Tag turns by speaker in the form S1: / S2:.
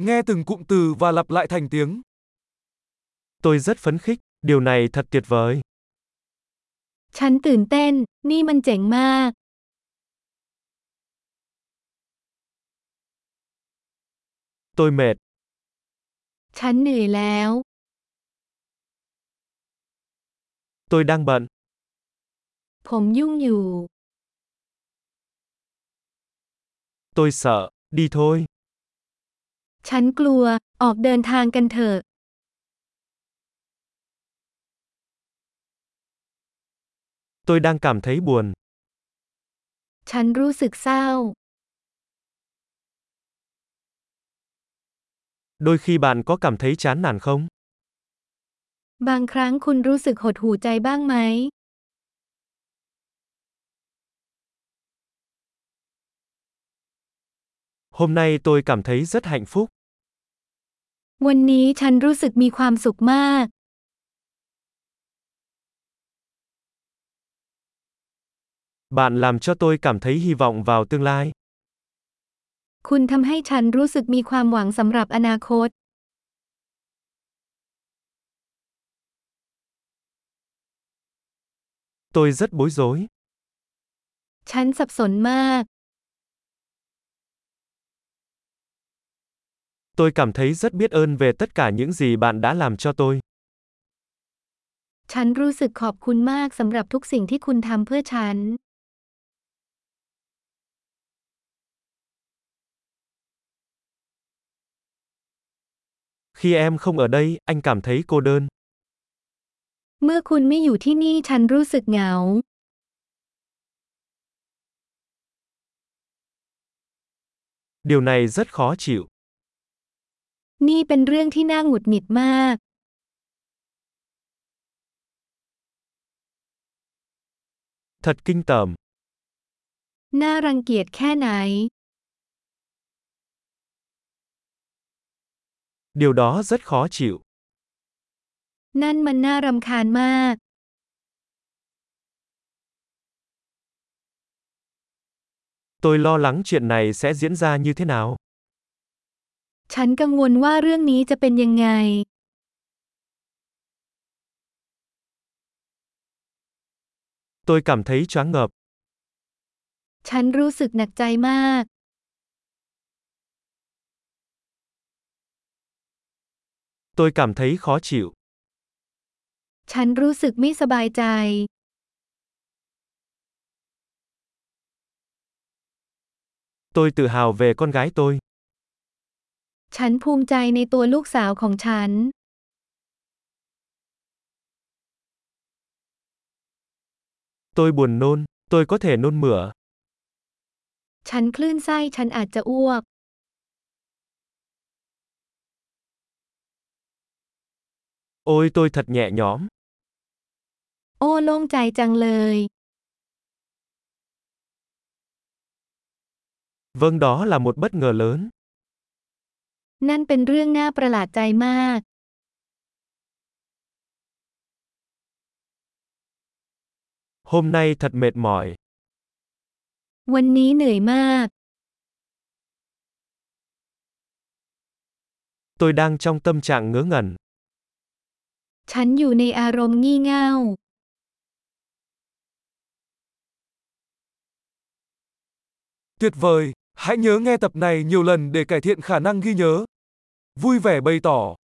S1: Nghe từng cụm từ và lặp lại thành tiếng.
S2: Tôi rất phấn khích, điều này thật tuyệt vời.
S3: ฉันตื่นเต้น นี่มันเจ๋งมาก
S2: Tôi mệt,
S3: ฉันเหนื่อยแล้ว
S2: tôi đang bận,
S3: ผมยุ่งอยู่
S2: tôi sợ, đi thôi.
S3: ฉันกลัว ออกเดินทางกันเถอะ
S2: Tôi đang cảm thấy buồn,
S3: ฉันรู้สึกเศร้า
S2: đôi khi bạn có cảm thấy chán nản không?
S3: บางครั้งคุณรู้สึกหดหู่ใจบ้างไหม
S2: Hôm nay tôi cảm thấy rất hạnh phúc,
S3: วันนี้ฉันรู้สึกมีความสุขมาก
S2: bạn làm cho tôi cảm thấy hy vọng vào tương lai.
S3: คุณทำให้ฉันรู้สึกมีความหวังสำหรับอนาคต
S2: Tôi rất bối rối,
S3: ฉันสับสนมาก
S2: tôi cảm thấy rất biết ơn về tất cả những gì bạn đã làm cho tôi.
S3: ฉันรู้สึกขอบคุณมากสำหรับทุกสิ่งที่คุณทำเพื่อฉัน
S2: Khi em không ở đây, anh cảm thấy cô đơn.
S3: เมื่อคุณไม่อยู่ที่นี่ฉันรู้สึกเหงา
S2: Điều này rất khó chịu.
S3: นี่เป็นเรื่องที่น่าหงุดหงิดมาก
S2: Thật kinh tởm,
S3: น่ารังเกียจแค่ไหน
S2: điều đó rất khó chịu.
S3: นั่นมันน่ารำคาญมาก
S2: Tôi lo lắng chuyện này sẽ diễn ra như thế nào.
S3: ฉันกังวลว่าเรื่องนี้จะเป็นยังไง
S2: Tôi cảm thấy choáng ngợp,
S3: ฉันรู้สึกหนักใจมาก
S2: tôi cảm thấy khó chịu.
S3: ฉันรู้สึกไม่สบายใจ
S2: Tôi tự hào về con gái tôi.
S3: ฉันภูมิใจในตัวลูกสาวของฉัน
S2: Tôi buồn nôn, tôi có thể nôn mửa.
S3: ฉันคลื่นไส้ฉันอาจจะอ้วก
S2: Ôi tôi thật nhẹ nhõm,
S3: โอ้โล่งใจจังเลย
S2: vâng đó là một bất ngờ lớn.
S3: นั่นเป็นเรื่องน่าประหลาดใจมาก
S2: Hôm nay thật mệt mỏi,
S3: วันนี้เหนื่อยมาก
S2: tôi đang trong tâm trạng ngớ ngẩn.
S3: ฉันอยู่ในอารมณ์งี่เง่า
S1: Tuyệt vời, hãy nhớ nghe tập này nhiều lần để cải thiện khả năng ghi nhớ. Vui vẻ bày tỏ